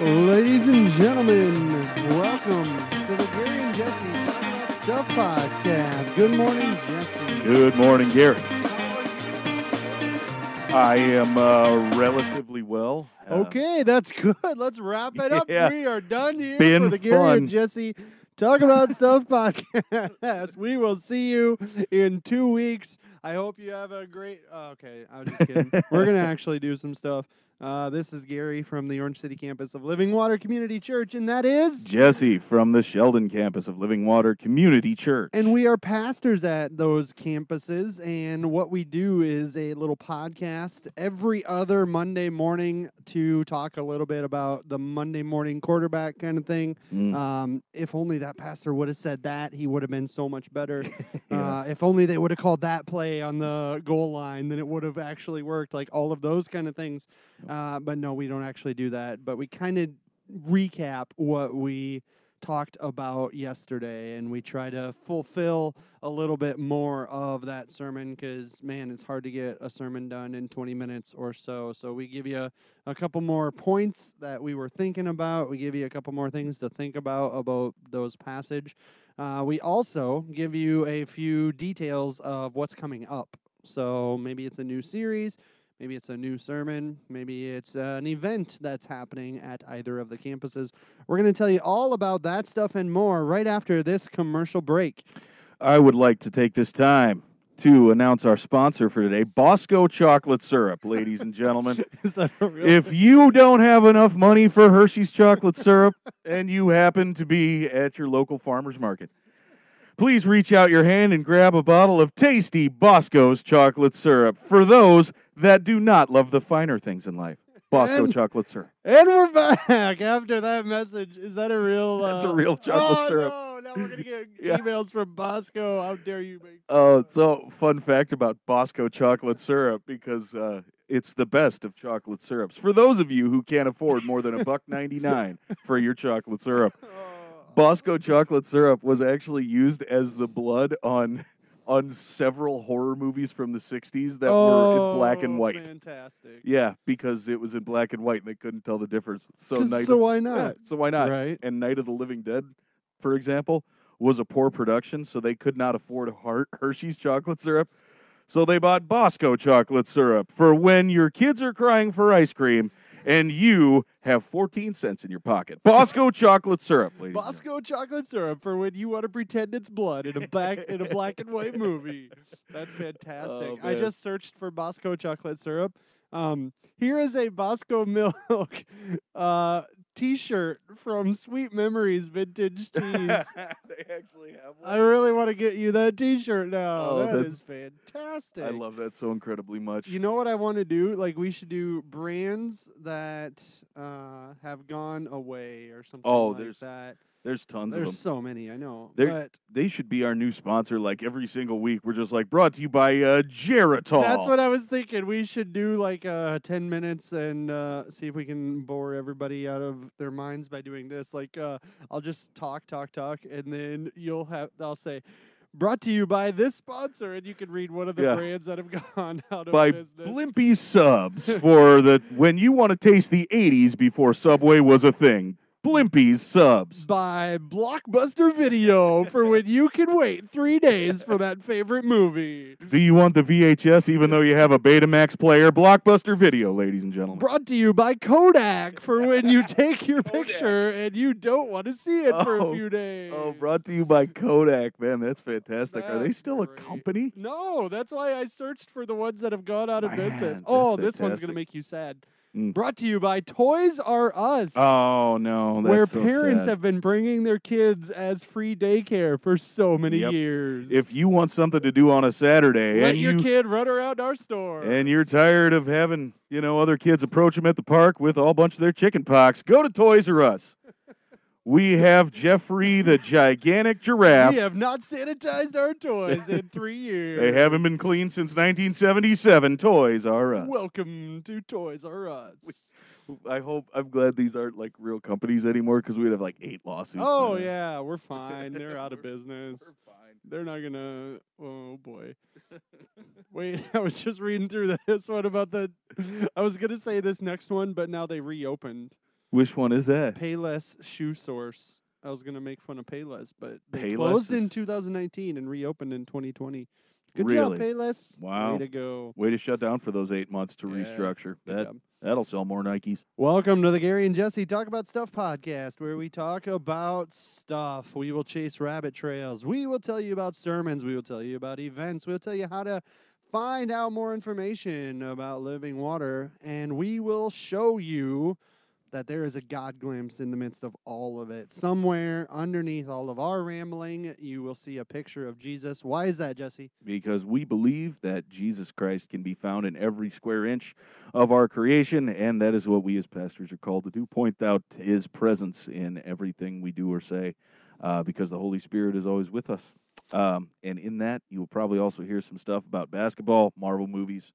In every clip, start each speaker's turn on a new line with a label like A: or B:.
A: Ladies and gentlemen, welcome to the Gary and Jesse Podcast Stuff Podcast. Good morning, Jesse.
B: Good morning, Gary. I am uh, relatively well. Uh,
A: Okay, that's good. Let's wrap it up.
B: Yeah.
A: We are done here
B: Been
A: for the Gary
B: fun.
A: and Jesse Talk About Stuff Podcast. We will see you in two weeks. I hope you have a great. oh, okay, I'm just kidding. We're gonna actually do some stuff. Uh, this is Gary from the Orange City campus of Living Water Community Church, and that is.
B: Jesse from the Sheldon campus of Living Water Community Church.
A: And we are pastors at those campuses. And what we do is a little podcast every other Monday morning to talk a little bit about the Monday morning quarterback kind of thing.
B: Mm.
A: Um, if only that pastor would have said that, he would have been so much better.
B: Yeah.
A: uh, if only they would have called that play on the goal line, then it would have actually worked. Like all of those kind of things. Uh, but no, we don't actually do that. But we kind of recap what we talked about yesterday, and we try to fulfill a little bit more of that sermon because man, it's hard to get a sermon done in 20 minutes or so. So we give you a couple more points that we were thinking about. We give you a couple more things to think about about those passage. Uh, we also give you a few details of what's coming up. So maybe it's a new series, maybe it's a new sermon, maybe it's an event that's happening at either of the campuses. We're going to tell you all about that stuff and more right after this commercial break.
B: I would like to take this time to announce our sponsor for today, Bosco Chocolate Syrup, ladies and gentlemen.
A: Is that a real
B: if you don't have enough money for Hershey's chocolate syrup and you happen to be at your local farmer's market, please reach out your hand and grab a bottle of tasty Bosco's chocolate syrup for those that do not love the finer things in life. Bosco
A: And-
B: chocolate syrup.
A: And we're back after that message. Is that a real?
B: That's a
A: uh,
B: real chocolate
A: oh,
B: syrup.
A: No, now we're gonna get
B: Yeah.
A: emails from Bosco. How dare you make?
B: Oh, so fun fact about Bosco chocolate syrup because uh, it's the best of chocolate syrups. For those of you who can't afford more than a buck 99 for your chocolate syrup, Bosco chocolate syrup was actually used as the blood on on several horror movies from the 60s that were in black and
A: Oh,
B: white.
A: Fantastic.
B: Yeah, because it was in black and white and they couldn't tell the difference. So
A: 'Cause-
B: night
A: so
B: of,
A: why
B: yeah,
A: not?
B: so why not?
A: Right.
B: And Night of the Living Dead, for example, was a poor production, so they could not afford Har- Hershey's chocolate syrup. So they bought Bosco chocolate syrup for when your kids are crying for ice cream and you have 14 cents in your pocket. Bosco chocolate syrup, ladies. and gentlemen.
A: Bosco chocolate syrup for when you want to pretend it's blood in a black in a black and white movie. That's fantastic. I
B: Oh, man.
A: just searched for Bosco chocolate syrup. Um, here is a Bosco milk uh, T-shirt from Sweet Memories Vintage Teas.
B: they actually have
A: I really want to get you that T-shirt now.
B: Oh,
A: that
B: that's-
A: is fantastic.
B: I love that so incredibly much.
A: You know what I want to do? Like we should do brands that uh, have gone away or something
B: Oh,
A: like
B: there's
A: that.
B: There's tons of
A: There's
B: them.
A: so many, I know.
B: There-
A: but
B: They should be our new sponsor. Like every single week, we're just like brought to you by uh, Geritol.
A: that's what I was thinking. We should do like uh, 10 minutes and uh, see if we can bore everybody out of their minds by doing this. Like uh, I'll just talk, talk, talk, and then you'll have I'll say. Brought to you by this sponsor, and you can read one of the
B: Yeah.
A: brands that have gone out of
B: by
A: business.
B: Blimpy Subs for the when you want to taste the '80s before Subway was a thing. Blimpy's Subs.
A: by Blockbuster Video for when you can wait three days for that favorite movie.
B: Do you want the VHS even though you have a Betamax player? Blockbuster Video, ladies and gentlemen.
A: Brought to you by Kodak for when you take your picture and you don't want to see it for a
B: Oh,
A: few days.
B: Oh, brought to you by Kodak, man. That's fantastic. Are they
A: That's
B: still a
A: great.
B: company?
A: No, that's why I searched for the ones that have gone out of
B: Man,
A: business.
B: that's
A: Oh, this one's going to
B: fantastic.
A: make you sad.
B: Mm.
A: Brought to you by Toys R Us.
B: Oh no, that's
A: where
B: so
A: parents
B: sad.
A: have been bringing their kids as free daycare for so many
B: Yep.
A: years.
B: If you want something to do on a Saturday
A: let
B: and
A: your
B: you
A: kid run around our store,
B: and you're tired of having, you know, other kids approach them at the park with a whole bunch of their chicken pox, go to Toys R Us. We have Jeffrey the gigantic giraffe.
A: We have not sanitized our toys in three years.
B: They haven't been cleaned since 1977. Toys R Us.
A: Welcome to Toys R Us.
B: I hope I'm glad these aren't like real companies anymore because we'd have like eight lawsuits. by
A: Oh
B: now.
A: yeah, we're fine. They're out of
B: We're-
A: business.
B: We're fine.
A: They're not gonna. Oh boy. Wait, I was just reading through this one about the. I was gonna say this next one, but now they reopened.
B: Which one is that?
A: Payless Shoe Source. I was gonna make fun of Payless, but they
B: Payless
A: closed in
B: is-
A: 2019 and reopened in 2020. Good
B: Really?
A: job, Payless.
B: Wow.
A: Way to go.
B: Way to shut down for those eight months to
A: Yeah,
B: restructure.
A: Good
B: That
A: job.
B: that'll sell more Nikes.
A: Welcome to the Gary and Jesse Talk About Stuff podcast, where we talk about stuff. We will chase rabbit trails. We will tell you about sermons. We will tell you about events. We'll tell you how to find out more information about living water. And we will show you that there is a God glimpse in the midst of all of it. Somewhere underneath all of our rambling, you will see a picture of Jesus. Why is that, Jesse?
B: because we believe that Jesus Christ can be found in every square inch of our creation, and that is what we as pastors are called to do point out his presence in everything we do or say, uh, because the Holy Spirit is always with us. Um, and in that, you will probably also hear some stuff about basketball, Marvel movies,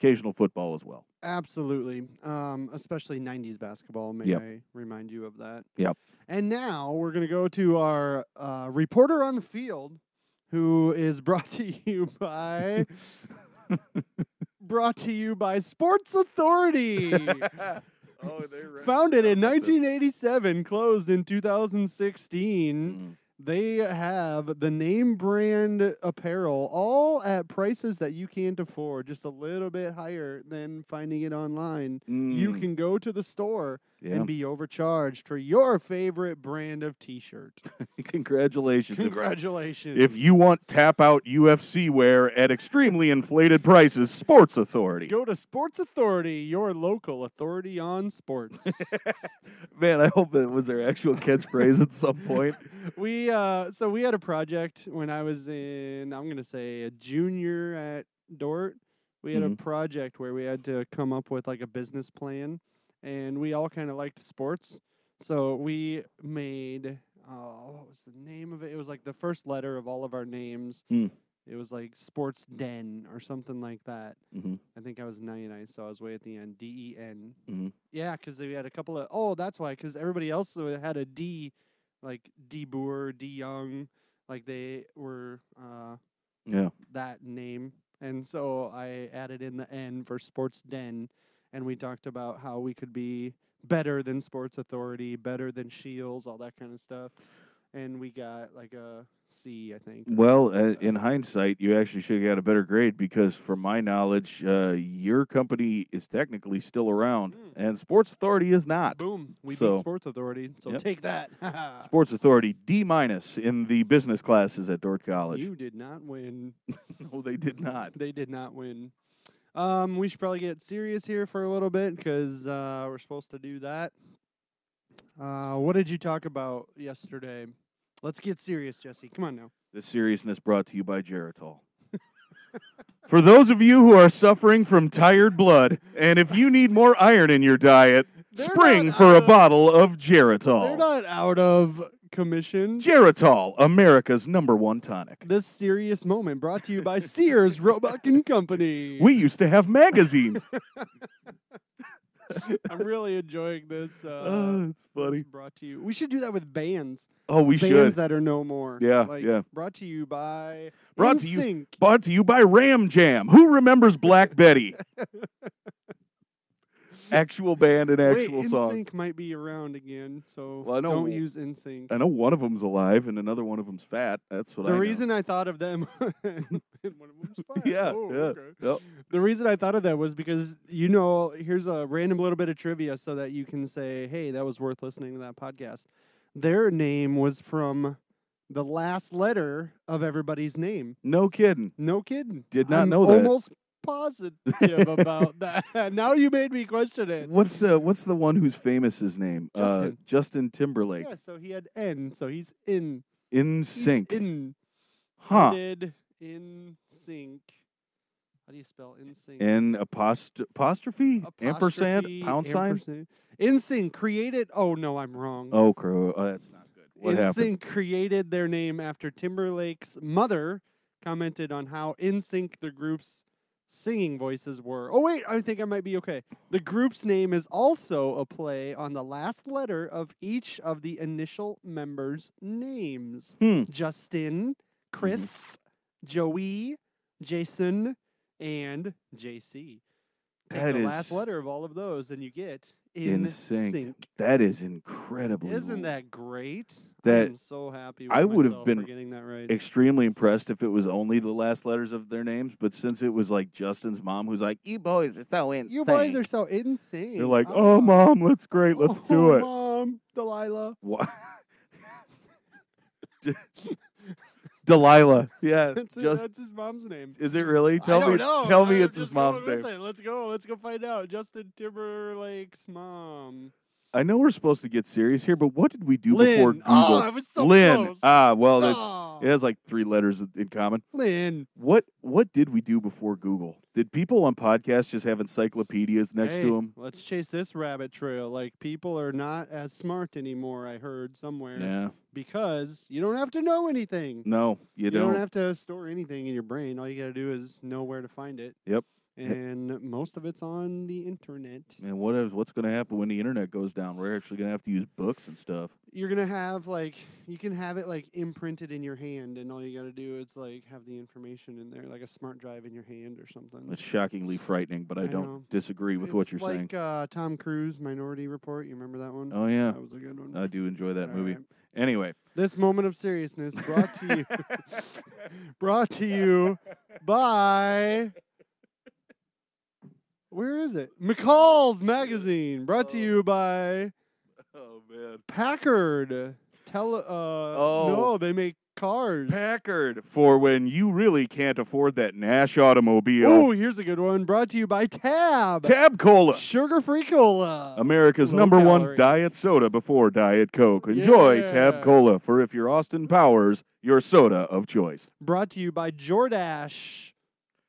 B: occasional football as well.
A: Absolutely. Um, especially 90s basketball. May
B: Yep.
A: I remind you of that?
B: Yep.
A: And now we're going to go to our uh, reporter on the field who is brought to you by. brought to you by Sports Authority. Founded in 1987, closed in 2016.
B: Mm.
A: They have the name brand apparel all at prices that you can't afford, just a little bit higher than finding it online. You
B: Mm,
A: can go to the store
B: yeah.
A: and be overcharged for your favorite brand of t-shirt.
B: Congratulations. If-
A: Congratulations.
B: If you want tap out UFC wear at extremely inflated prices, Sports Authority.
A: go to Sports Authority, your local authority on sports.
B: Man, I hope that was their actual catchphrase at some point.
A: we uh so we had a project when I was in I'm gonna say a junior at Dort. We had
B: Mhm.
A: a project where we had to come up with like a business plan, and we all kind of liked sports, so we made oh what was the name of it? It was like the first letter of all of our names.
B: Mm.
A: It was like Sports Den or something like that.
B: Mhm.
A: I think I was 99, so I was way at the end. D E N.
B: Mhm.
A: Yeah, because they had a couple of. Oh, that's why. Because everybody else uh, had a D, like D Boer, D Young, like they were uh,
B: Yeah.
A: that name, and so I added in the N for Sports Den, and we talked about how we could be better than Sports Authority, better than Shields, all that kind of stuff, and we got like a C, I think. or
B: Well,
A: something
B: uh,
A: like that.
B: in hindsight, you actually should have got a better grade because, from my knowledge, uh, your company is technically still around,
A: Mm.
B: and Sports Authority is not.
A: boom, we
B: so-
A: beat Sports Authority, so
B: Yep.
A: take that.
B: Sports Authority D minus in the business classes at Dort College.
A: You did not win.
B: no, they did not.
A: They did not win. Um, we should probably get serious here for a little bit because uh, we're supposed to do that. Uh, what did you talk about yesterday? Let's get serious, Jesse. Come on now.
B: The seriousness brought to you by Geritol. For those of you who are suffering from tired blood, and if you need more iron in your diet,
A: They're
B: spring
A: not
B: for
A: out
B: a
A: of-
B: bottle of
A: They're
B: Geritol.
A: not out of commission.
B: Geritol, America's number one tonic.
A: This serious moment brought to you by Sears Roebuck and Company.
B: We used to have magazines.
A: I'm really enjoying this. Uh,
B: oh, it's
A: this
B: funny.
A: Brought to you. We should do that with bands.
B: Oh, we
A: bands
B: should.
A: that are no more.
B: Yeah,
A: like,
B: yeah.
A: Brought to you by.
B: Brought to you-
A: NSYNC.
B: Brought to you by Ram Jam. Who remembers Black Betty? actual band and actual
A: Wait,
B: song.
A: NSYNC might be around again, so
B: Well, I know-
A: don't use NSYNC.
B: I know one of them's alive and another one of them's fat. That's what
A: the
B: I know.
A: reason I thought of them, And one of 'em's fat.
B: Yeah,
A: Oh,
B: yeah.
A: okay.
B: Yep.
A: The reason I thought of that was because you know, here's a random little bit of trivia, so that you can say, "Hey, that was worth listening to that podcast." Their name was from the last letter of everybody's name.
B: No kidding.
A: No kidding.
B: Did not
A: I'm
B: know that.
A: Almost positive about that. Now you made me question it.
B: What's uh, what's the one who's famous? His name Uh,
A: Justin.
B: Justin Timberlake.
A: yeah, so he had N, so he's in.
B: In
A: He's
B: sync,
A: In.
B: huh?
A: United in sync. How do you spell in sync?
B: In apost- apostrophe, ampersand,
A: Apostrophe,
B: pound sign.
A: ampersand. In sync created. Oh no, I'm wrong.
B: Oh, crow. Oh, that's not good. What
A: in
B: happened?
A: sync created their name after Timberlake's mother commented on how in sync the group's singing voices were. Oh wait, I think I might be okay. The group's name is also a play on the last letter of each of the initial members' names.
B: Hmm. Mm-hmm.
A: Justin, Chris, Joey, Jason, and JC. Take
B: That
A: the
B: is
A: last letter of all of those, and you get in,
B: In sync. That is incredibly.
A: Isn't that great?
B: That-
A: I'm so happy. With
B: I would've
A: myself for
B: been
A: getting that right.
B: extremely impressed if it was only the last letters of their names, but since it was like Justin's mom who's like, "You boys are so insane,"
A: you boys are so insane.
B: they're like, "Oh, mom, let's great, let's do
A: Oh,
B: it."
A: Mom, Delilah.
B: Wha- D- Delilah, yeah,
A: That's, it,
B: just
A: that's his mom's name.
B: is it really?
A: I
B: Tell
A: don't
B: me,
A: know,
B: tell me,
A: I'm
B: it's his
A: just going
B: mom's
A: with
B: name.
A: it. Let's go. Let's go find out. Justin Timberlake's mom.
B: I know we're supposed to get serious here, but what did we do before
A: Lynn.
B: Google?
A: Oh, I was so
B: Lynn.
A: close.
B: Ah, well, that's
A: Oh,
B: it has like three letters in common.
A: Lynn.
B: What what did we do before Google? Did people on podcasts just have encyclopedias next
A: hey,
B: to them?
A: Let's chase this rabbit trail. Like people are not as smart anymore. I heard somewhere
B: Yeah.
A: because you don't have to know anything.
B: No, you,
A: You,
B: don't.
A: don't. have to store anything in your brain. All you got to do is know where to find it.
B: Yep. H-
A: And most of it's on the internet.
B: and what is what's going to happen when the internet goes down? We're actually going to have to use books and stuff.
A: You're going to have like, you can have it like imprinted in your hand, and all you got to do is like have the information in there, like a smart drive in your hand or something.
B: It's shockingly frightening, but I,
A: I
B: don't
A: know.
B: disagree with
A: It's
B: what you're
A: like,
B: saying.
A: uh, Tom Cruise, Minority Report. You remember that one?
B: Oh yeah,
A: That was a good one.
B: I do enjoy that
A: All
B: movie.
A: right.
B: Anyway,
A: This moment of seriousness brought to you brought to you by where is it? McCall's magazine brought to
B: Oh.
A: you by
B: oh man,
A: Packard. Tell uh no,
B: Oh.
A: they make cars.
B: Packard for when you really can't afford that Nash automobile.
A: Oh, here's a good one. Brought to you by Tab.
B: Tab Um, Cola.
A: Sugar-free cola.
B: America's
A: Low
B: number one
A: calorie.
B: diet soda before Diet Coke. Enjoy
A: Yeah.
B: Tab Cola for if you're Austin Powers, your soda of choice.
A: brought to you by Jordash.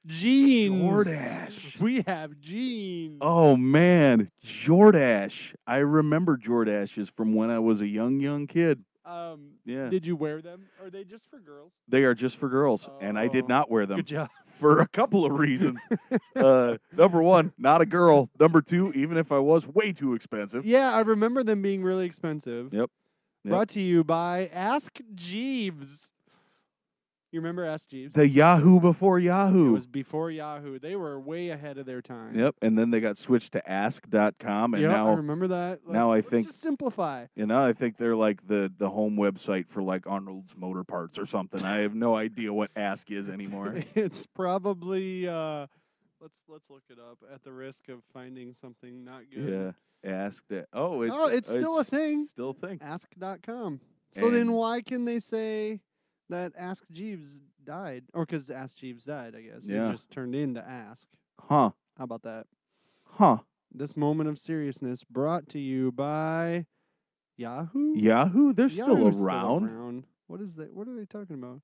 A: Jeans.
B: Jordache.
A: We have jeans.
B: Oh man, Jordash. I remember Jordashes from when I was a young, young kid.
A: Um,
B: Yeah.
A: Did you wear them? Are they just for girls?
B: They are just for girls, and I
A: Oh.
B: did not wear them
A: Good job.
B: for a couple of reasons. uh, number one, not a girl. Number two, even if I was, way too expensive.
A: Yeah, I remember them being really expensive.
B: Yep. Yep.
A: Brought to you by Ask Jeeves. You remember Ask Jeeves?
B: The Yahoo before
A: it
B: Yahoo.
A: was before Yahoo. They were way ahead of their time.
B: Yep, and then they got switched to ask.com and
A: Yeah, I
B: now
A: remember that. Like,
B: now I
A: let's
B: think-
A: just simplify.
B: You know, I think they're like the the home website for like Arnold's Motor Parts or something. I have no idea what Ask is anymore.
A: it's probably uh, let's let's look it up at the risk of finding something not
B: yeah,
A: good.
B: Ask. That. Oh, it's,
A: Oh, it's still a
B: it's
A: thing.
B: Still a thing.
A: Ask.com. So then
B: And-
A: why can they say that Ask Jeeves died? Or because Ask Jeeves died, I guess.
B: Yeah.
A: It just turned into Ask.
B: Huh?
A: How about that?
B: Huh?
A: This moment of seriousness brought to you by Yahoo.
B: Yahoo? They're still
A: Yahoo's
B: around.
A: What is that? What are they talking about?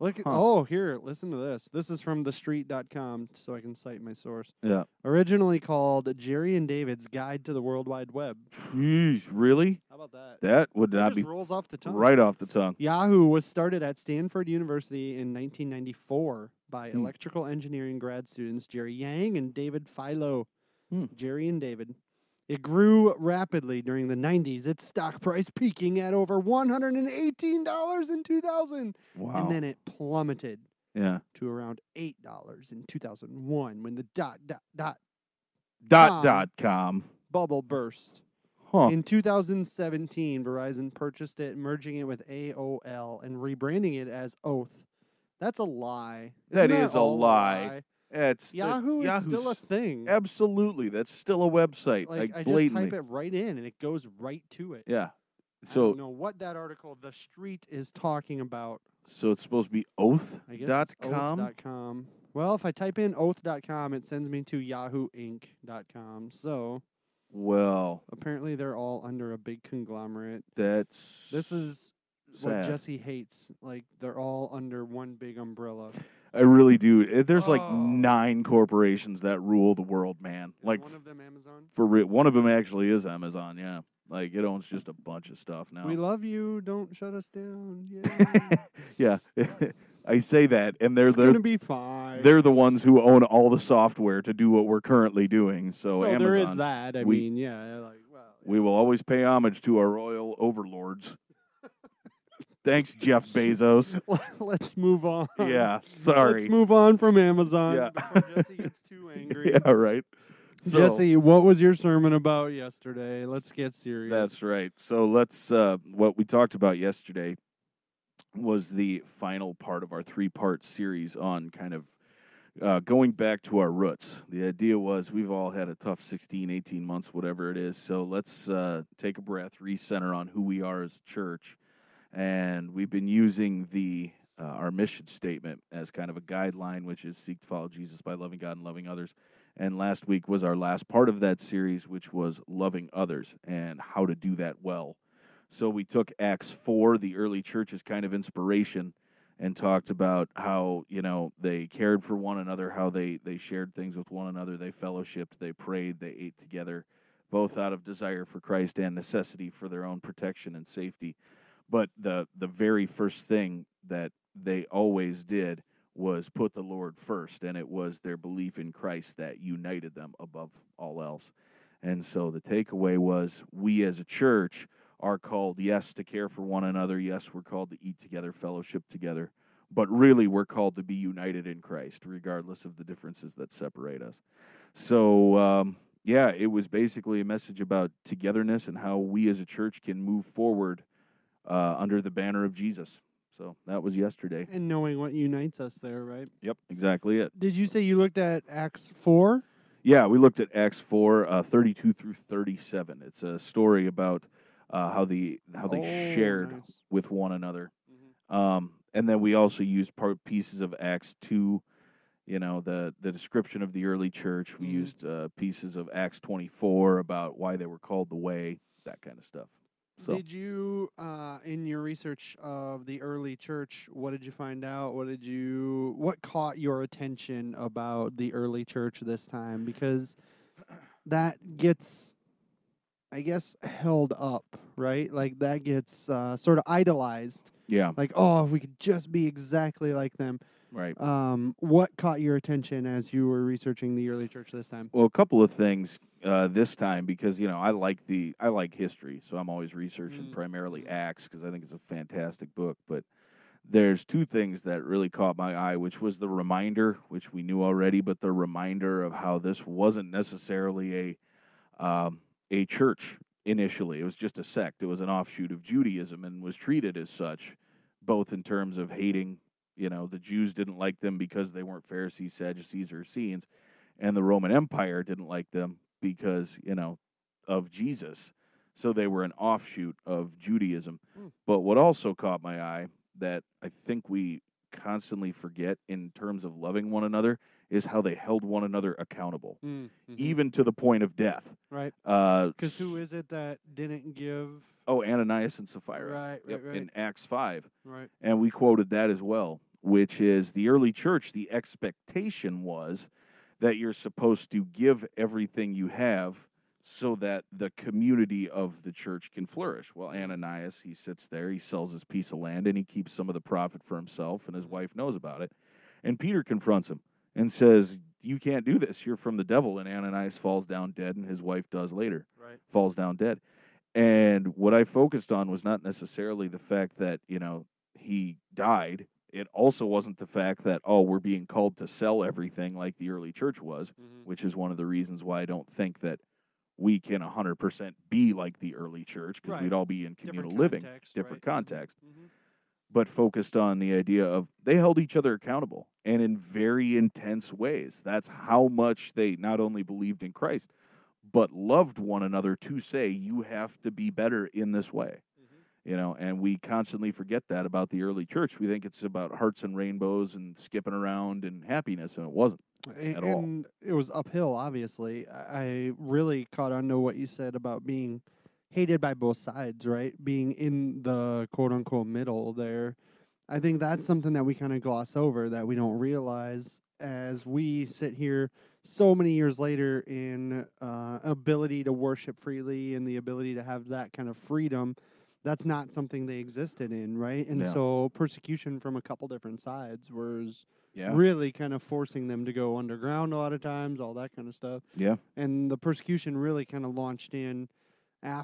A: Look at,
B: Huh.
A: oh here, listen to this. This is from thestreet.com so I can cite my source.
B: Yeah.
A: Originally called Jerry and David's Guide to the World Wide Web.
B: Jeez, really?
A: How about that?
B: That would
A: That
B: not
A: just
B: be
A: rolls off the tongue.
B: right off the tongue.
A: Yahoo was started at Stanford University in 1994 by
B: Hmm.
A: electrical engineering grad students Jerry Yang and David Philo.
B: Hmm.
A: Jerry and David. It grew rapidly during the 90s, its stock price peaking at over $118 in 2000.
B: Wow.
A: And then it plummeted
B: yeah.
A: to around $8 in 2001 when the dot, dot, dot
B: Dot
A: Com.
B: dot com.
A: bubble burst.
B: Huh.
A: In 2017, Verizon purchased it, merging it with AOL and rebranding it as Oath. That's a lie.
B: That
A: Isn't
B: is a
A: all
B: lie. It's
A: Yahoo is still a
B: Yahoo's-
A: thing.
B: absolutely. That's still a website.
A: like I just
B: blatantly.
A: type it right in and it goes right to it.
B: Yeah.
A: I
B: So
A: don't know what that article The Street is talking about.
B: so it's supposed to be oath
A: I guess
B: dot
A: it's
B: com.
A: oath.com. Well, if I type in oath.com, it sends me to yahooinc.com. So
B: Well,
A: apparently they're all under a big conglomerate.
B: that's
A: This is what
B: sad.
A: Jesse hates. Like they're all under one big umbrella.
B: I really do. Eh, There's like
A: Oh.
B: nine corporations that rule the world, man.
A: Is
B: Like
A: one of them Amazon.
B: for real, one of them actually is Amazon. Yeah, like it owns just a bunch of stuff now.
A: We love you. Don't shut us down. Yeah.
B: yeah, I say that, and they're
A: it's gonna
B: the
A: be fine.
B: they're the ones who own all the software to do what we're currently doing. So, Amazon,
A: there is that. I
B: we-
A: mean, yeah. Like, well,
B: we will always pay homage to our royal overlords. Thanks, Jeff Bezos.
A: let's move on.
B: Yeah, sorry.
A: Let's move on from Amazon
B: Yeah.
A: before Jesse gets too angry.
B: Yeah, right. So
A: Jesse, what was your sermon about yesterday? Let's get serious.
B: that's right. So let's uh, what we talked about yesterday was the final part of our three-part series on kind of uh, going back to our roots. The idea was we've all had a tough 16, 18 months, whatever it is. So let's uh, take a breath, recenter on who we are as a church. And we've been using the uh, our mission statement as kind of a guideline, which is seek to follow Jesus by loving God and loving others. And last week was our last part of that series, which was loving others and how to do that well. So we took Acts 4, the early church, as kind of inspiration and talked about how you know they cared for one another, how they they shared things with one another, they fellowshipped, they prayed, they ate together, both out of desire for Christ and necessity for their own protection and safety. But the the very first thing that they always did was put the Lord first, and it was their belief in Christ that united them above all else. And so the takeaway was we as a church are called, yes, to care for one another. Yes, we're called to eat together, fellowship together but really we're called to be united in Christ, regardless of the differences that separate us. So, um, yeah, it was basically a message about togetherness and how we as a church can move forward uh, under the banner of Jesus. So that was yesterday.
A: And knowing what unites us there, right?
B: Yep, exactly it.
A: Did you say you looked at Acts 4?
B: Yeah, we looked at Acts 4, uh, 32 through 37. It's a story about uh, how the how they
A: Oh, Mm-hmm.
B: shared
A: nice.
B: with one another. Um, and then we also used part pieces of Acts two, you know, the the description of the early church. We
A: Mhm.
B: used uh, pieces of Acts twenty four about why they were called the way, that kind of stuff. So
A: Did you, uh, in your research of the early church, what did you find out? What did you, what caught your attention about the early church this time? Because that gets, I guess, held up, right? Like that gets uh, sort of idolized.
B: yeah,
A: Like, oh, if we could just be exactly like them.
B: right.
A: Um, what caught your attention as you were researching the early church this time?
B: Well, a couple of things uh, this time because you know I like the I like history, so I'm always researching
A: Mm.
B: primarily Acts because I think it's a fantastic book. But there's two things that really caught my eye, which was the reminder, which we knew already, but the reminder of how this wasn't necessarily a um, a church initially. It was just a sect. It was an offshoot of Judaism and was treated as such, both in terms of hating. You know, the Jews didn't like them because they weren't Pharisees, Sadducees, or Essenes, and the Roman Empire didn't like them because you know of Jesus. So they were an offshoot of Judaism.
A: Hmm.
B: But what also caught my eye that I think we constantly forget in terms of loving one another is how they held one another accountable,
A: Mm, mhm.
B: even to the point of death.
A: right,
B: Because
A: because who is it that didn't give?
B: Oh, Ananias and Sapphira.
A: Right, right,
B: Yep,
A: right,
B: In Acts 5.
A: right.
B: And we quoted that as well, which is the early church, the expectation was that you're supposed to give everything you have so that the community of the church can flourish. Well, Ananias, he sits there, he sells his piece of land, and he keeps some of the profit for himself, and his wife knows about it. And Peter confronts him and says, You can't do this. You're from the devil. And Ananias falls down dead, and his wife does later
A: Right.
B: falls down dead. And what I focused on was not necessarily the fact that, you know, he died. It also wasn't the fact that, oh, we're being called to sell everything like the early church was, which is one of the reasons why I don't think that we can 100% be like the early church because
A: Right.
B: we'd all be in communal
A: Different
B: living,
A: context,
B: different
A: right.
B: context,
A: Mhm.
B: but focused on the idea of they held each other accountable and in very intense ways. That's how much they not only believed in Christ, but loved one another to say you have to be better in this way
A: Mm-hmm.
B: you know and we constantly forget that about the early church we think it's about hearts and rainbows and skipping around and happiness and it wasn't
A: A-
B: at all.
A: And it was uphill, obviously. I I really caught on to what you said about being hated by both sides, right? Being in the quote unquote middle there. I think that's something that we kind of gloss over that we don't realize as we sit here so many years later in uh, ability to worship freely and the ability to have that kind of freedom. That's not something they existed in, right? And
B: Yeah.
A: so persecution from a couple different sides was
B: yeah
A: really kind of forcing them to go underground a lot of times, all that kind of stuff.
B: Yeah.
A: And the persecution really kind of launched in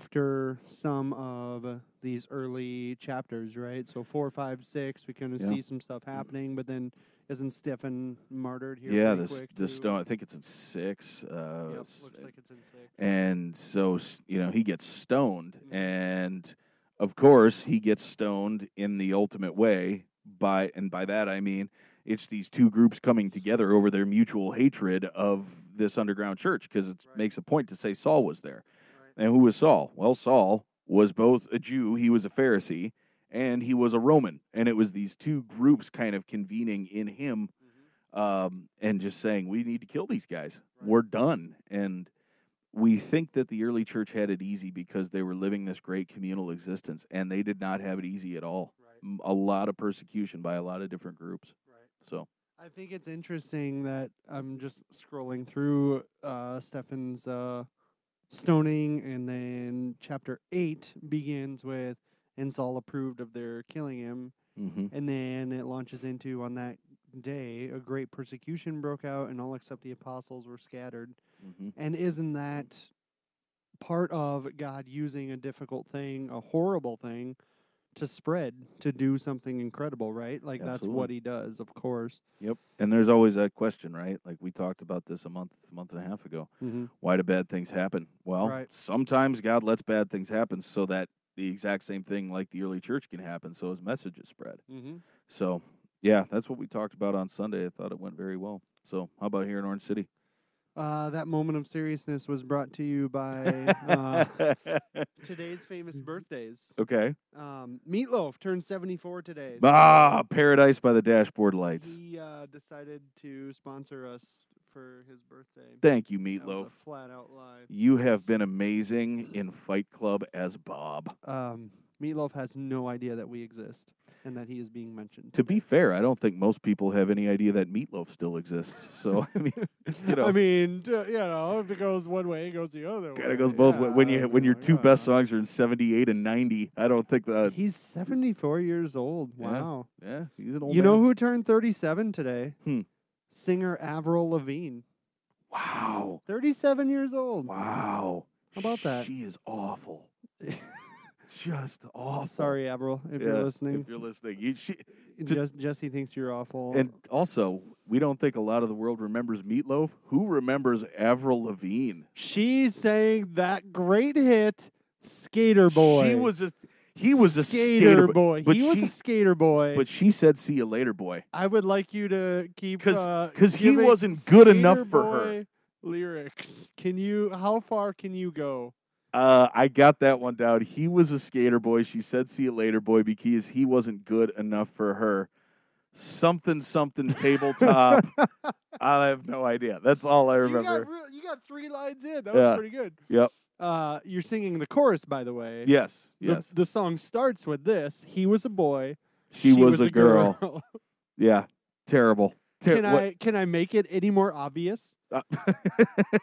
A: after some of these early chapters, right? So four, five, six, we kind of
B: Yeah.
A: see some stuff happening, but then isn't Stefan martyred here?
B: yeah,
A: pretty
B: this
A: quick too?
B: the stone. I think it's in six. Uh,
A: Yep,
B: s-
A: looks like it's in six.
B: and so s- you know he gets stoned,
A: Mhm.
B: and of course he gets stoned in the ultimate way. By and by that I mean it's these two groups coming together over their mutual hatred of this underground church because it
A: Right.
B: makes a point to say Saul was there.
A: Right.
B: And who was Saul? Well, Saul was both a Jew, he was a Pharisee, and he was a Roman. And it was these two groups kind of convening in him
A: Mhm.
B: um, and just saying, we need to kill these guys.
A: Right.
B: We're done. And we think that the early church had it easy because they were living this great communal existence, and they did not have it easy at all.
A: mm-hmm, Right.
B: M- A lot of persecution by a lot of different groups.
A: Right.
B: So,
A: I think it's interesting that I'm just scrolling through uh, Stefan's uh, stoning, and then chapter 8 begins with, and Saul approved of their killing him.
B: mm-hmm.
A: And then it launches into, on that day, a great persecution broke out, and all except the apostles were scattered.
B: Mm-hmm.
A: And isn't that part of God using a difficult thing, a horrible thing, to spread, to do something incredible, right? Like, that's what
B: Absolutely.
A: he does, of course.
B: Yep. And there's always that question, right? Like we talked about this a month, month and a half ago.
A: Mm-hmm.
B: why do bad things happen? Well,
A: Right.
B: sometimes God lets bad things happen so that the exact same thing like the early church can happen so his message is spread.
A: Mm-hmm.
B: So, yeah, that's what we talked about on Sunday. I thought it went very well. So, how about here in Orange City?
A: Uh, that moment of seriousness was brought to you by uh, today's famous
B: Mm-hmm.
A: birthdays.
B: okay.
A: Um, Meatloaf turned 74 today. so
B: Ah, Paradise by the Dashboard Lights.
A: He uh, decided to sponsor us for his birthday.
B: Thank you,
A: That was
B: Meatloaf.
A: a flat out lie.
B: You have been amazing in Fight Club as Bob.
A: Um, Meatloaf has no idea that we exist and that he is being mentioned.
B: To be fair, I don't think most people have any idea that Meatloaf still exists. So, I mean, you know.
A: I mean, d- you know, if it goes one way, it goes the other.
B: Kind
A: way.
B: of goes both
A: yeah,
B: ways. When
A: I
B: you when your
A: know,
B: two
A: yeah.
B: best songs are in seventy eight and ninety, I don't think that.
A: He's 74 years old.
B: Yeah.
A: Wow.
B: Yeah, he's an old.
A: You know
B: man.
A: who turned 37 today?
B: Hmm.
A: Singer Avril Lavigne.
B: Wow!
A: 37 years old.
B: Wow!
A: How about that?
B: She is awful. Just awful.
A: I'm sorry, Avril, if you're
B: Yeah,
A: listening.
B: If you're listening, you, she, to-
A: Jess Jesse thinks you're awful.
B: and also we don't think a lot of the world remembers Meatloaf. Who remembers Avril Lavigne?
A: she sang that great hit, Skater Boy.
B: She was a. He was a
A: skater,
B: skater, boy.
A: boy.
B: but
A: he was
B: she-
A: a skater boy.
B: But she said, "See you later, boy."
A: I would like you to keep
B: 'Cause-
A: uh,
B: 'cause he
A: giving
B: wasn't good enough
A: Skater
B: for her.
A: Boy Lyrics. Can you? How far can you go?
B: Uh, I got that one down. He was a skater boy. She said, "See you later, boy," because he wasn't good enough for her. Something, something, tabletop. I have no idea. That's all I
A: You
B: remember.
A: got, real- you got three lines in. That
B: Yeah.
A: was pretty good.
B: Yep.
A: Uh, you're singing the chorus, by the way.
B: yes,
A: The,
B: yes.
A: The song starts with this. He was a boy.
B: she, was, a girl.
A: girl.
B: Yeah, terrible. Ter-
A: can
B: what-
A: I can I make it any more obvious?
B: Uh,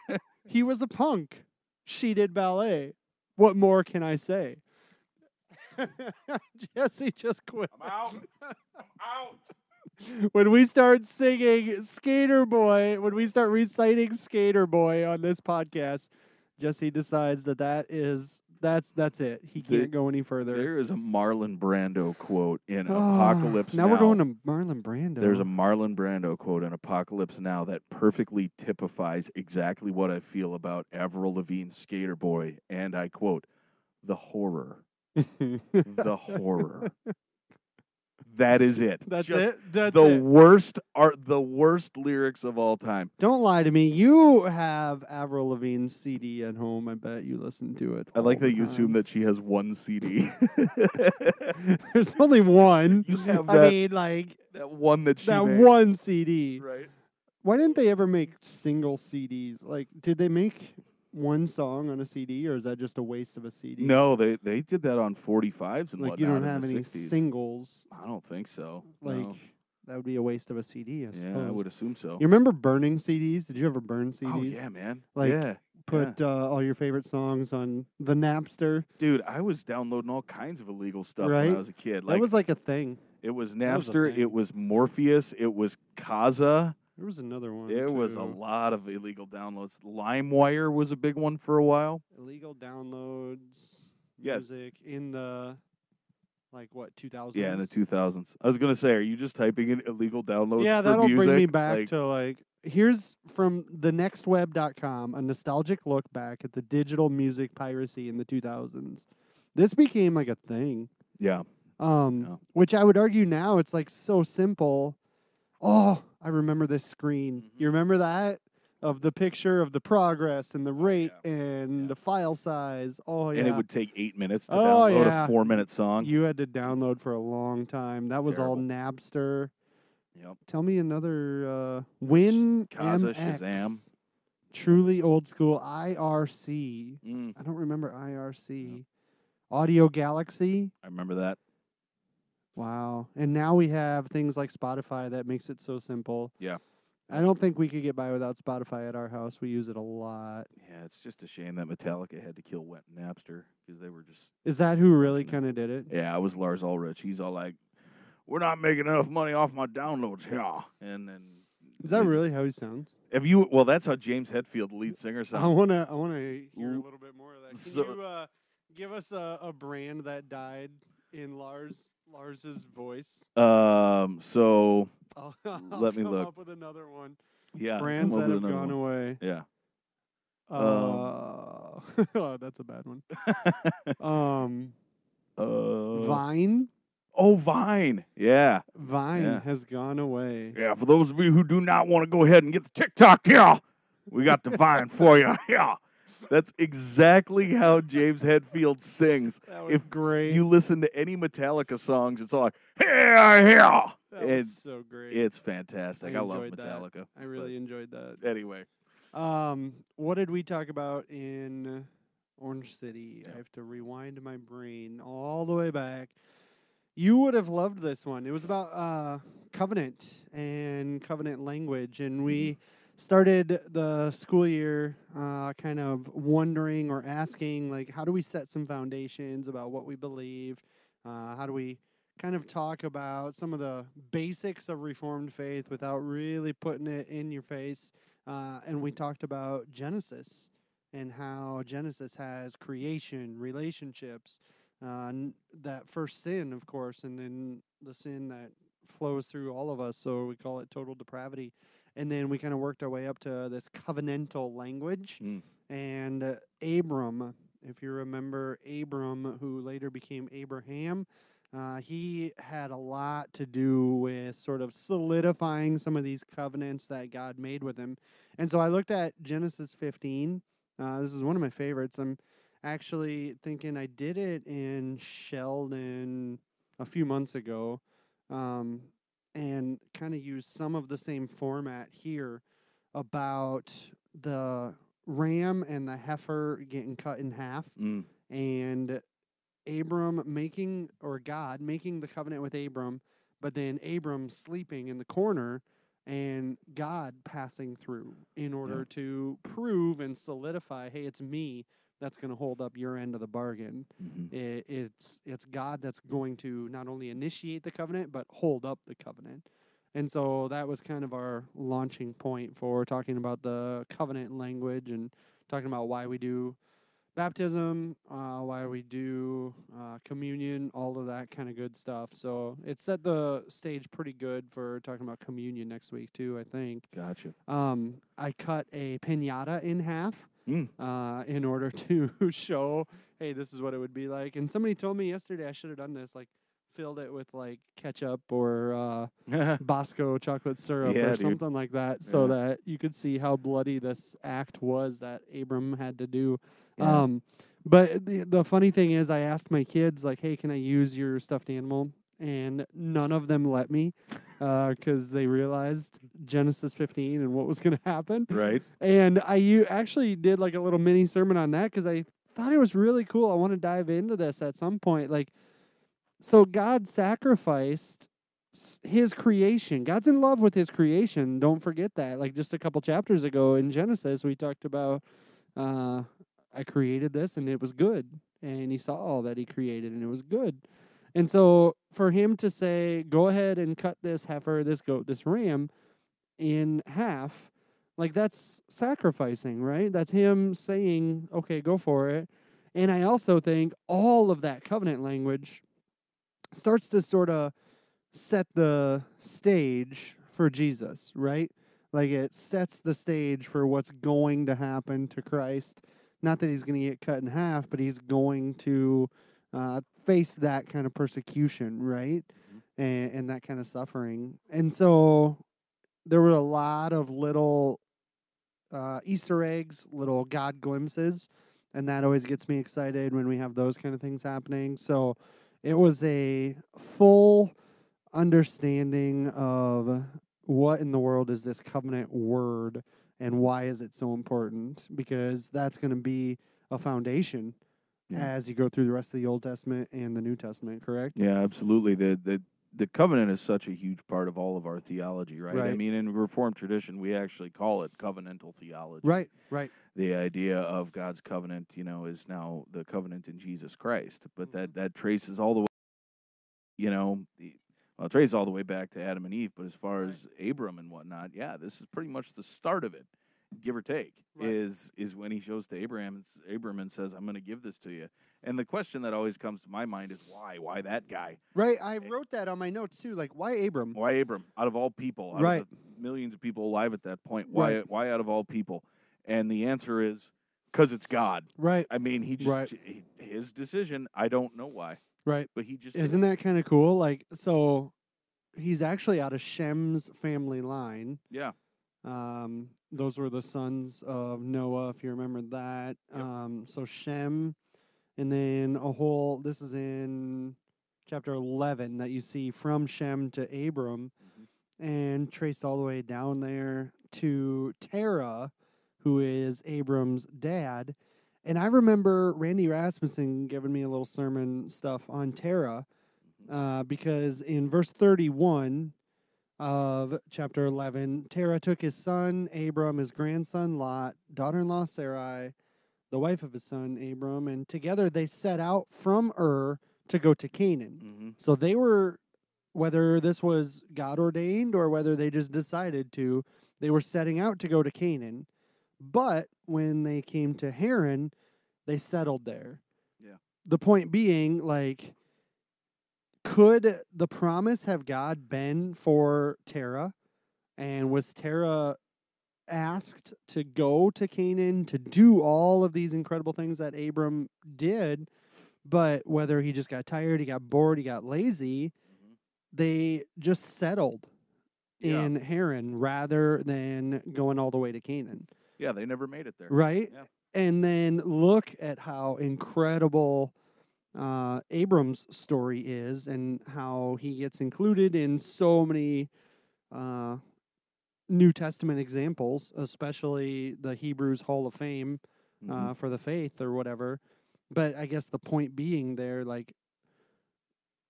A: He was a punk. She did ballet. What more can I say? Jesse just quit.
B: I'm out. I'm out.
A: When we start singing Skater Boy, when we start reciting Skater Boy on this podcast, Jesse decides that that is that's that's it. He
B: The-
A: can't go any further.
B: There is a Marlon Brando quote in
A: Ah,
B: Apocalypse.
A: Now, we're going to Marlon Brando.
B: There's a Marlon Brando quote in Apocalypse Now that perfectly typifies exactly what I feel about Avril Lavigne's Skater Boy, and I quote, "The horror, the horror." That is it.
A: that's
B: Just
A: it. That's
B: the
A: it.
B: worst are the worst lyrics of all time.
A: Don't lie to me. You have Avril Lavigne's CD at home. I bet you listen to it.
B: I like
A: all the
B: that you assume
A: time.
B: that she has one CD.
A: There's only one.
B: you have that,
A: I mean, like
B: that one that she
A: that
B: made,
A: one CD.
B: right?
A: Why didn't they ever make single CDs? Like, did they make one song on a CD, or is that just a waste of a CD?
B: No, they they did that on 45s and
A: like
B: whatnot
A: you don't
B: in
A: have
B: the
A: any
B: 60s.
A: singles.
B: I don't think so.
A: Like
B: no.
A: that would be a waste of a CD. I suppose.
B: yeah, I would assume so.
A: You remember burning CDs? Did you ever burn CDs?
B: Oh yeah, man.
A: Like,
B: yeah,
A: Put uh, all your favorite songs on the Napster.
B: dude, I was downloading all kinds of illegal stuff when
A: Right?
B: I was a kid.
A: that
B: Like
A: was like a thing.
B: it was
A: that was a
B: Napster,
A: thing.
B: it was Morpheus, it was Kaza,
A: There was another one.
B: There was a
A: too.
B: lot of illegal downloads. LimeWire was a big one for a while.
A: illegal downloads
B: Yeah.
A: music in the like what 2000s.
B: Yeah, in the 2000s. I was going to say, are you just typing in illegal downloads
A: Yeah,
B: for
A: that'll
B: music?
A: bring me back
B: Like,
A: to like here's from the nextweb.com a nostalgic look back at the digital music piracy in the 2000s. This became like a thing.
B: Yeah.
A: Um
B: Yeah.
A: which I would argue now it's like so simple. Oh, I remember this screen.
B: Mm-hmm.
A: You remember that? Of the picture of the progress and the rate and
B: Oh, Yeah.
A: the file size. Oh yeah.
B: And it would take eight minutes to
A: Oh,
B: download
A: yeah.
B: a four minute song.
A: You had to download for a long time. That was all
B: Terrible.
A: Napster.
B: Yep.
A: Tell me another uh Win
B: Kaza,
A: MX.
B: Shazam.
A: Truly old school IRC.
B: Mm,
A: I don't remember IRC. Audio Galaxy.
B: I remember that.
A: Wow. And now we have things like Spotify that makes it so simple.
B: Yeah.
A: I don't think we could get by without Spotify at our house. We use it a lot.
B: Yeah, it's just a shame that Metallica had to kill Wet Napster because they were just.
A: Is that who really
B: Unfortunate.
A: kind of did it?
B: Yeah, I was Lars Ulrich. He's all like, "We're not making enough money off my downloads here," and then.
A: Is
B: they
A: that
B: just-
A: really how he sounds?
B: Have you? Well, that's how James Hetfield, lead singer,
A: I
B: sounds.
A: want to I want to hear a
B: L-
A: little bit more of that. Can
B: so-
A: you uh, give us a, a brand that died in Lars Lars's voice?
B: Um. So
A: I'll,
B: Let
A: I'll
B: me
A: come
B: look.
A: up with another one.
B: yeah, come
A: Brands
B: up
A: that
B: with
A: have
B: another
A: gone
B: one. Um,
A: away.
B: Yeah.
A: Uh, oh, that's a bad one. um,
B: Uh,
A: Vine,
B: Oh, Vine. Yeah.
A: Vine
B: yeah.
A: has gone away.
B: Yeah. For those of you who do not want to go ahead and get the TikTok, yeah, we got the Vine for you. Yeah. That's exactly how James Hetfield sings.
A: That was
B: If
A: great.
B: You listen to any Metallica songs, it's all like, yeah, yeah.
A: that
B: and
A: was so great.
B: It's fantastic.
A: I
B: I, love
A: enjoyed that.
B: Metallica.
A: I really enjoyed that.
B: Anyway,
A: Um, what did we talk about in Orange City?
B: Yeah.
A: I have to rewind my brain all the way back. You would have loved this one. It was about uh, covenant and covenant language, and we started the school year uh, kind of wondering or asking, like, how do we set some foundations about what we believe? Uh, how do we kind of talk about some of the basics of Reformed faith without really putting it in your face? uh, and we talked about Genesis and how Genesis has creation, relationships, uh, n- that first sin, of course, and then the sin that flows through all of us. So we call it total depravity. And then we kind of worked our way up to this covenantal language.
B: Mm.
A: And uh, Abram, if you remember Abram, who later became Abraham, uh, he had a lot to do with sort of solidifying some of these covenants that God made with him. And so I looked at Genesis 15. Uh, this is one of my favorites. I'm actually thinking I did it in Sheldon a few months ago um, and kind of used some of the same format here about the ram and the heifer getting cut in half
B: mm,
A: and Abram making or God making the covenant with Abram, but then Abram sleeping in the corner and God passing through in order to prove and solidify, hey, it's me that's going to hold up your end of the bargain.
B: mhm.
A: I- it's it's God that's going to not only initiate the covenant but hold up the covenant. And so that was kind of our launching point for talking about the covenant language and talking about why we do baptism, uh, why we do uh, communion, all of that kind of good stuff. So it set the stage pretty good for talking about communion next week too. I think.
B: gotcha.
A: Um, I cut a pinata in half
B: Mm.
A: uh, in order to show, hey, this is what it would be like. And somebody told me yesterday I should have done this, like filled it with like ketchup or uh, Bosco chocolate syrup
B: Yeah,
A: or
B: dude.
A: something like that, so
B: Yeah.
A: that you could see how bloody this act was that Abram had to do.
B: Yeah.
A: Um, but the, the funny thing is, I asked my kids, like, hey, can I use your stuffed animal? And none of them let me because they realized Genesis 15 and what was going to happen.
B: right.
A: And I u- actually did like a little mini sermon on that because I thought it was really cool. I want to dive into this at some point. Like, so God sacrificed s- his creation. God's in love with his creation. Don't forget that. Like, just a couple chapters ago in Genesis, we talked about uh, I created this and it was good. And he saw all that he created and it was good. And so for him to say, go ahead and cut this heifer, this goat, this ram, in half, like that's sacrificing, right? That's him saying, okay, go for it. And I also think all of that covenant language starts to sort of set the stage for Jesus, right? Like it sets the stage for what's going to happen to Christ. Not that he's going to get cut in half, but he's going to uh, face that kind of persecution, right? And, and that kind of suffering. And so there were a lot of little uh, Easter eggs, little God glimpses, and that always gets me excited when we have those kind of things happening. So it was a full understanding of what in the world is this covenant word and why is it so important because that's going to be a foundation
B: Yeah.
A: as you go through the rest of the Old Testament and the New Testament, correct?
B: Yeah, absolutely. The the the covenant is such a huge part of all of our theology, right? I
A: Right.
B: mean, in Reformed tradition, we actually call it covenantal theology.
A: Right, right.
B: The idea of God's covenant, you know, is now the covenant in Jesus Christ, but
A: Mm-hmm.
B: that that traces all the way, you know, the, well, it traces all the way back to Adam and Eve. But as far
A: Right.
B: as Abram and whatnot, yeah, this is pretty much the start of it, give or take.
A: Right.
B: Is is when he shows to Abraham, and s- Abram, and says, "I'm going to give this to you." And the question that always comes to my mind is, "Why? Why that guy?"
A: Right.
B: Eh
A: I wrote that on my notes too. Like, why Abram?
B: Why Abram? Out of all people, out
A: Right.
B: of the millions of people alive at that point, why?
A: Right.
B: Why out of all people? And the answer is because it's God.
A: Right,
B: I mean, he just
A: Right.
B: he- his decision. I don't know why,
A: right.
B: but he just did.
A: Isn't that kind of cool? Like, so he's actually out of Shem's family line.
B: Yeah,
A: Um, those were the sons of Noah, if you remember that.
B: Yep.
A: Um, so Shem, and then a whole. This is in chapter eleven that you see from Shem to Abram,
B: Mm-hmm.
A: and traced all the way down there to Terah, who is Abram's dad. And I remember Randy Rasmussen giving me a little sermon stuff on Terah, uh, because in verse thirty-one, of chapter 11 Terah took his son Abram, his grandson Lot, daughter in law Sarai, the wife of his son Abram, and together they set out from Ur to go to Canaan.
B: hmm
A: So they were, whether this was God ordained or whether they just decided to, they were setting out to go to Canaan. But when they came to Haran, they settled there.
B: Yeah.
A: The point being, like, could the promise have God been for Terah? And was Terah asked to go to Canaan to do all of these incredible things that Abram did? But whether he just got tired, he got bored, he got lazy,
B: Mhm.
A: they just settled
B: yeah,
A: in Haran rather than going all the way to Canaan,
B: yeah. They never made it there.
A: right?
B: Yeah.
A: And then look at how incredible uh, Abram's story is and how he gets included in so many uh, New Testament examples, especially the Hebrews Hall of Fame
B: Mhm.
A: uh, for the faith or whatever. But I guess the point being there, like,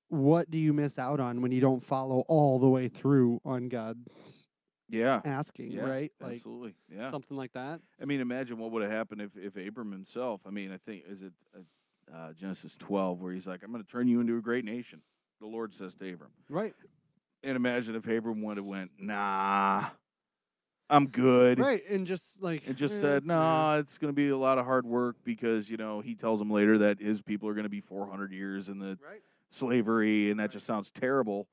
A: what do you miss out on when you don't follow all the way through on God's
B: yeah,
A: asking,
B: Yeah,
A: right? Like
B: absolutely. Yeah,
A: something like that.
B: I mean, imagine what would have happened if if Abram himself. I mean, I think is it uh, uh, Genesis 12 where he's like, "I'm going to turn you into a great nation." The Lord says to Abram.
A: Right,
B: And imagine if Abram would have went, nah, I'm good.
A: right, and just like
B: And just
A: eh,
B: said,
A: eh,
B: no, it's going to be a lot of hard work because, you know, he tells him later that his people are going to be 400 years in the
A: right,
B: slavery, and that
A: Right.
B: just sounds terrible.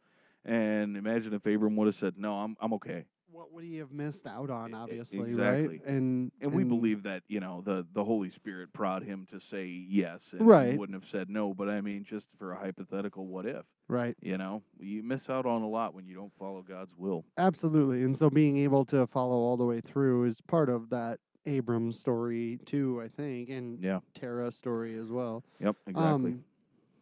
B: And imagine if Abram would have said, no, I'm, I'm okay.
A: what would he have missed out on?
B: E- e-
A: Obviously,
B: exactly.
A: right, and
B: And we believe that, you know, the, the Holy Spirit prod him to say yes. And he
A: Right.
B: wouldn't have said no, but I mean, just for a hypothetical what if,
A: right,
B: you know, you miss out on a lot when you don't follow God's will.
A: absolutely. And so, being able to follow all the way through is part of that Abram story too, I think, and
B: Yeah.
A: Terah story as well.
B: Yep. Exactly.
A: Um,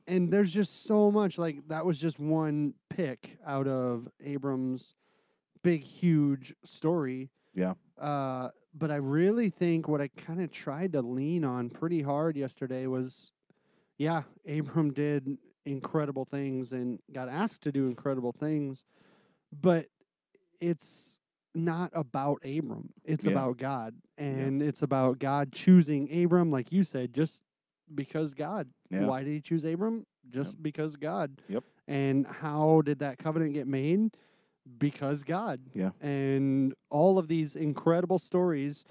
A: and there's just so much. Like that was just one pick out of Abrams' big, huge story.
B: Yeah.
A: Uh, but I really think what I kind of tried to lean on pretty hard yesterday was, yeah, Abram did incredible things and got asked to do incredible things, but it's not about Abram. It's
B: Yeah.
A: about God, and it's about God choosing Abram, like you said, just because God.
B: Yeah.
A: Why did he choose Abram? Just because God.
B: Yep.
A: And how did that covenant get made? because God.
B: Yeah.
A: And all of these incredible stories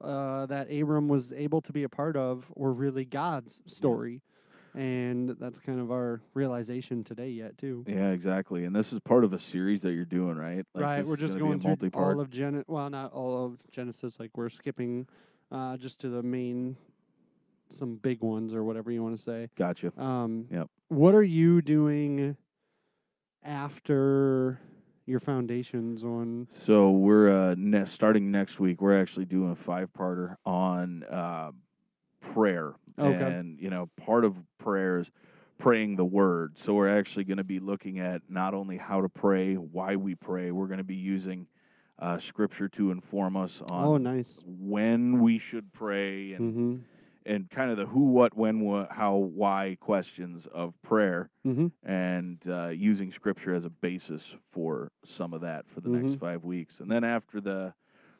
A: uh, that Abram was able to be a part of were really God's story. And that's kind of our realization today, yet, too.
B: Yeah, exactly. And this is part of a series that you're doing, right? Like,
A: right.
B: this
A: We're
B: is
A: just
B: gonna be
A: going
B: a
A: through
B: multi-part.
A: all of Genesis. Well, not all of Genesis. Like, we're skipping uh, just to the main, some big ones or whatever you want to say.
B: Gotcha.
A: Um,
B: Yep.
A: What are you doing after your foundations on?
B: So we're uh, ne- starting next week. We're actually doing a five-parter on uh, prayer,
A: Okay.
B: and you know, part of prayer is praying the word. So we're actually going to be looking at not only how to pray, why we pray. We're going to be using uh, scripture to inform us
A: oh,
B: on
A: nice.
B: when we should pray and
A: Mm-hmm.
B: and kind of the who, what, when, what, how, why questions of prayer.
A: Mm-hmm.
B: and uh, using scripture as a basis for some of that for the next
A: Mhm.
B: five weeks. And then after the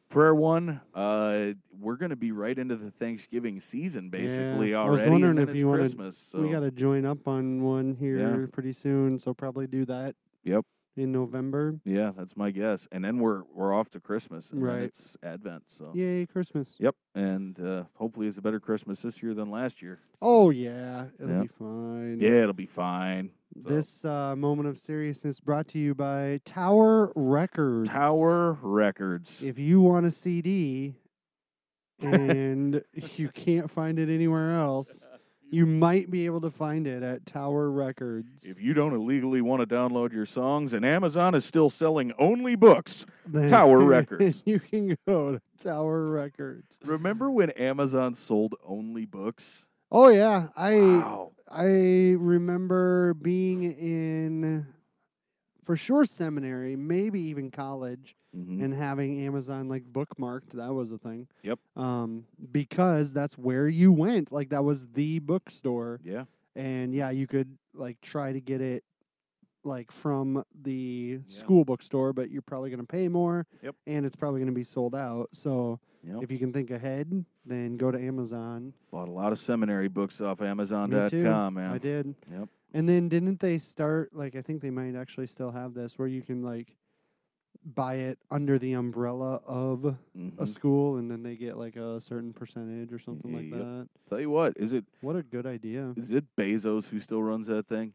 B: prayer one, uh, we're going to be right into the Thanksgiving season basically
A: I was
B: already.
A: wondering
B: and then
A: if
B: it's
A: you wanted-
B: Christmas. So
A: We got to join up on one here pretty soon, so probably do that.
B: Yep.
A: In November.
B: yeah, that's my guess. And then we're we're off to Christmas. And
A: Right.
B: Then it's Advent. So.
A: Yay, Christmas.
B: Yep, and uh, hopefully it's a better Christmas this year than last year.
A: Oh yeah, it'll
B: Yeah.
A: be fine.
B: Yeah, it'll be fine. so.
A: This uh, moment of seriousness brought to you by Tower Records.
B: Tower Records.
A: If you want a CD and you can't find it anywhere else, you might be able to find it at Tower Records.
B: If you don't illegally want to download your songs, and Amazon is still selling only books, Tower Records.
A: you can go to Tower Records.
B: Remember when Amazon sold only books?
A: Oh yeah, I
B: wow.
A: I remember being in for sure seminary, maybe even college,
B: Mhm.
A: and having Amazon like bookmarked. That was a thing.
B: Yep.
A: Um, because that's where you went. Like that was the bookstore,
B: Yeah.
A: and yeah, you could like try to get it like from the
B: Yeah.
A: school bookstore, but you're probably going to pay more.
B: Yep.
A: And it's probably going to be sold out. So
B: Yep.
A: if you can think ahead, then go to Amazon.
B: Bought a lot of seminary books off
A: Me too.
B: Amazon.com, man.
A: I did.
B: Yep.
A: And then didn't they start like I think they might actually still have this where you can like buy it under the umbrella of
B: Mhm.
A: a school and then they get like a certain percentage or something like
B: Yep.
A: that.
B: Tell you what, is it
A: What a good idea.
B: is it Bezos who still runs that thing?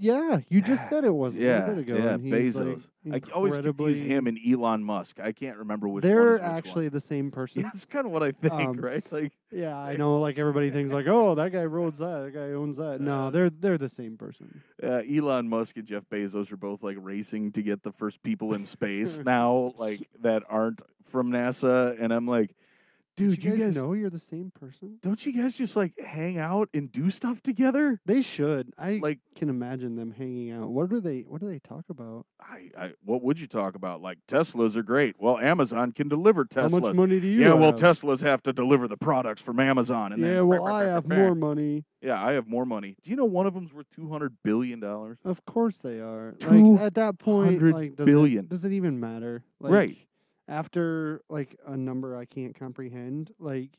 A: Yeah, you just said it was a
B: yeah,
A: little bit ago.
B: yeah,
A: and he's, like,
B: Bezos. I always confuse
A: incredibly-
B: him and Elon Musk. I can't remember which. one
A: They're
B: is which one.
A: actually the same person.
B: Yeah, that's kind of what I think,
A: Um,
B: right? Like,
A: yeah, I know. Like everybody thinks, like, oh, that guy owns that. That guy owns that. No,
B: Uh,
A: they're they're the same person.
B: uh, Elon Musk and Jeff Bezos are both like racing to get the first people in space now, like that aren't from NASA. And I'm like,
A: Did
B: dude,
A: you,
B: you
A: guys
B: guys,
A: know you're the same person?
B: don't you guys just like hang out and do stuff together?
A: They should. I
B: Like,
A: can imagine them hanging out. What do they What do they talk about?
B: I, I, what would you talk about? Like, Teslas are great. Well, Amazon can deliver
A: How much
B: Teslas.
A: money do you?
B: Yeah,
A: have?
B: well, Teslas have to deliver the products from Amazon, and
A: yeah,
B: then
A: well, I have more money.
B: Yeah, I have more money. Do you know one of them's worth two hundred billion dollars?
A: Of course they are.
B: Two
A: Like at that point,
B: hundred
A: like does
B: billion.
A: It, does it even matter? Like,
B: Right.
A: After like a number I can't comprehend, like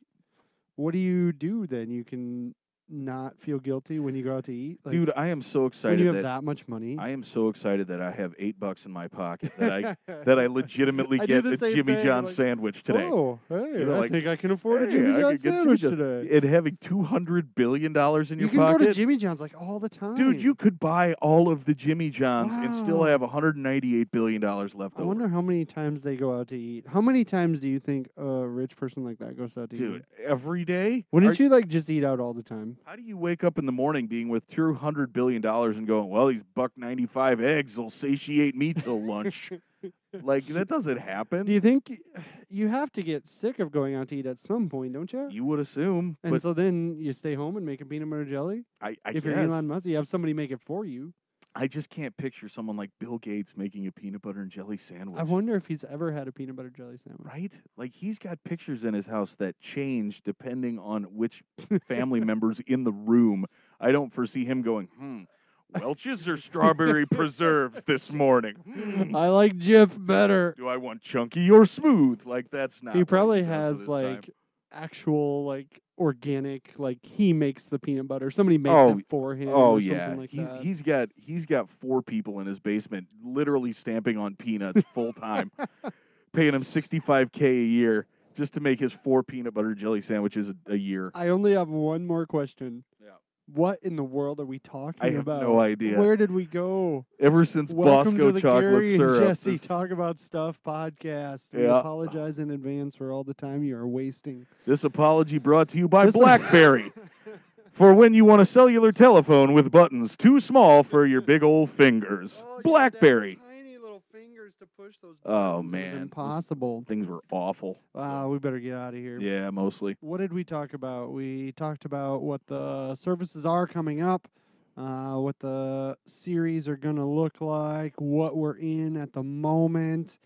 A: what do you do then? You can not feel guilty when you go out to eat, like,
B: Dude, I am so
A: When
B: excited
A: you have
B: that
A: that, much money,
B: I am so excited that I have eight bucks in my pocket that I that I legitimately
A: I do
B: get
A: the
B: a
A: same
B: Jimmy
A: thing,
B: John's
A: like,
B: sandwich today.
A: Oh, hey,
B: know,
A: I
B: like,
A: think I can afford a
B: "Hey,
A: Jimmy
B: I
A: John's
B: could get Jimmy
A: sandwich
B: John's."
A: today.
B: And having two hundred billion dollars in
A: you
B: your
A: can go to
B: pocket,
A: Jimmy John's like all the time,
B: dude, you could buy all of the Jimmy John's and still
A: Wow.
B: have one hundred ninety-eight billion dollars left
A: I
B: over.
A: wonder how many times they go out to eat. How many times do you think a rich person like that goes out to eat?
B: Dude, every day? Are-
A: Wouldn't you like just eat out all the time?
B: How do you wake up in the morning being with two hundred billion dollars and going, "Well, these buck ninety-five eggs will satiate me till lunch"? like that doesn't happen.
A: Do you think y- you have to get sick of going out to eat at some point, don't you?
B: You would assume,
A: and
B: but
A: so then you stay home and make a peanut butter jelly.
B: I, I
A: if
B: guess.
A: you're Elon Musk, you have somebody make it for you.
B: I just can't picture someone like Bill Gates making a peanut butter and jelly sandwich.
A: I wonder if he's ever had a peanut butter jelly sandwich.
B: right? Like he's got pictures in his house that change depending on which family members in the room. I don't foresee him going, hmm, Welch's or strawberry preserves this morning. Hmm,
A: I like Jif better.
B: Do I want chunky or smooth? Like that's not.
A: he
B: what
A: probably
B: does
A: has
B: with his time.
A: like actual like organic like he makes the peanut butter. Somebody makes
B: Oh,
A: it for him.
B: Oh
A: or
B: yeah,
A: something like
B: he's,
A: that.
B: he's got he's got four people in his basement, literally stamping on peanuts full time, paying him sixty five k a year just to make his four peanut butter jelly sandwiches a, a year.
A: I only have one more question.
B: Yeah.
A: What in the world are we talking
B: I have
A: about?
B: no idea.
A: Where did we go?
B: Ever since
A: Welcome
B: Bosco
A: to the
B: chocolate
A: Gary
B: syrup,
A: and Jesse
B: this,
A: talk about stuff podcast. We
B: Yeah.
A: apologize in advance for all the time you are wasting.
B: this apology brought to you by
A: This-
B: BlackBerry. For when you want a cellular telephone with buttons too small for your big old
A: Oh,
B: fingers, BlackBerry.
A: Tiny little fingers to push those.
B: Oh, buttons. It was man. This-
A: impossible.
B: Things were awful. so-
A: Wow, we better get out of here.
B: yeah, mostly.
A: What did we talk about? We talked about what the services are coming up, uh, what the series are going to look like, what we're in at the moment,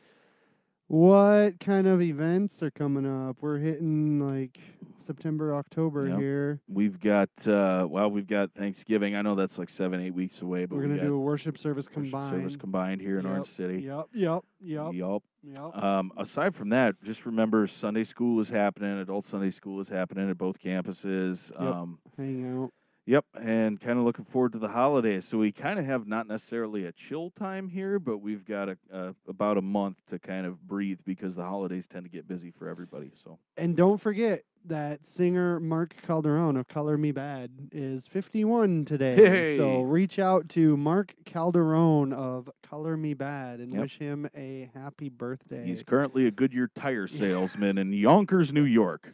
A: what kind of events are coming up. We're hitting like September, October
B: Yep.
A: here.
B: We've got uh well, we've got Thanksgiving. I know that's like seven, eight weeks away, but
A: we're
B: we
A: going to
B: got
A: do a worship service
B: worship
A: combined.
B: service combined here in Orange City.
A: Yep, yep, yep, yep.
B: Yup. Um, aside from that, just remember Sunday school is happening. Adult Sunday school is happening at both campuses. Um,
A: Hang out.
B: yep, and kind of looking forward to the holidays. So we kind of have not necessarily a chill time here, but we've got a, a about a month to kind of breathe because the holidays tend to get busy for everybody. So
A: And don't forget that singer Mark Calderon of Color Me Bad is 51 today. So
B: Hey.
A: reach out to Mark Calderon of Color Me Bad and
B: Yep.
A: wish him a happy birthday.
B: He's currently a Goodyear tire salesman in Yonkers, New York.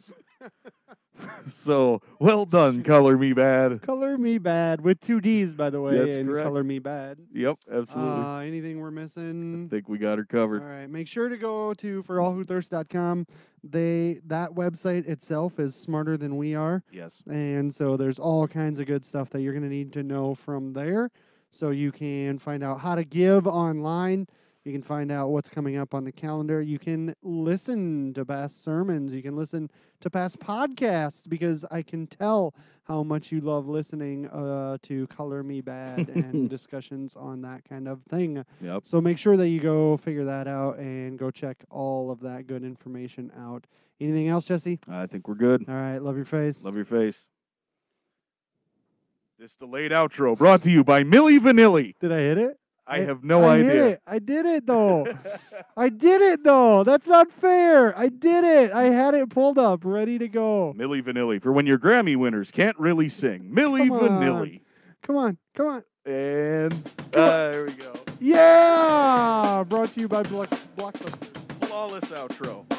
B: so well done, color me bad.
A: Color Me Bad with two D's, by the way,
B: That's
A: and
B: correct.
A: Color Me Bad.
B: Yep, absolutely.
A: Uh, anything we're
B: I
A: missing?
B: think we got her covered.
A: All right. Make sure to go to forallwhothirst.com. They that website itself is smarter than we are.
B: Yes.
A: And so there's all kinds of good stuff that you're going to need to know from there. So you can find out how to give online. You can find out what's coming up on the calendar. You can listen to past sermons. You can listen to past podcasts because I can tell how much you love listening uh, to Color Me Bad and discussions on that kind of thing.
B: Yep.
A: So make sure that you go figure that out and go check all of that good information out. Anything else, Jesse?
B: I think we're good.
A: All right. Love your face.
B: Love your face. This delayed outro brought to you by Millie Vanilli.
A: Did I hit it?
B: I,
A: I-
B: have no
A: I hit
B: idea.
A: it. I did it though. I did it though. That's not fair. I did it. I had it pulled up, ready to go.
B: Millie Vanilli for when your Grammy winners can't really sing. Millie
A: Come on.
B: Vanilli.
A: Come on, come on.
B: And uh, there we go.
A: Yeah! Brought to you by Block Blockbuster.
B: Flawless outro.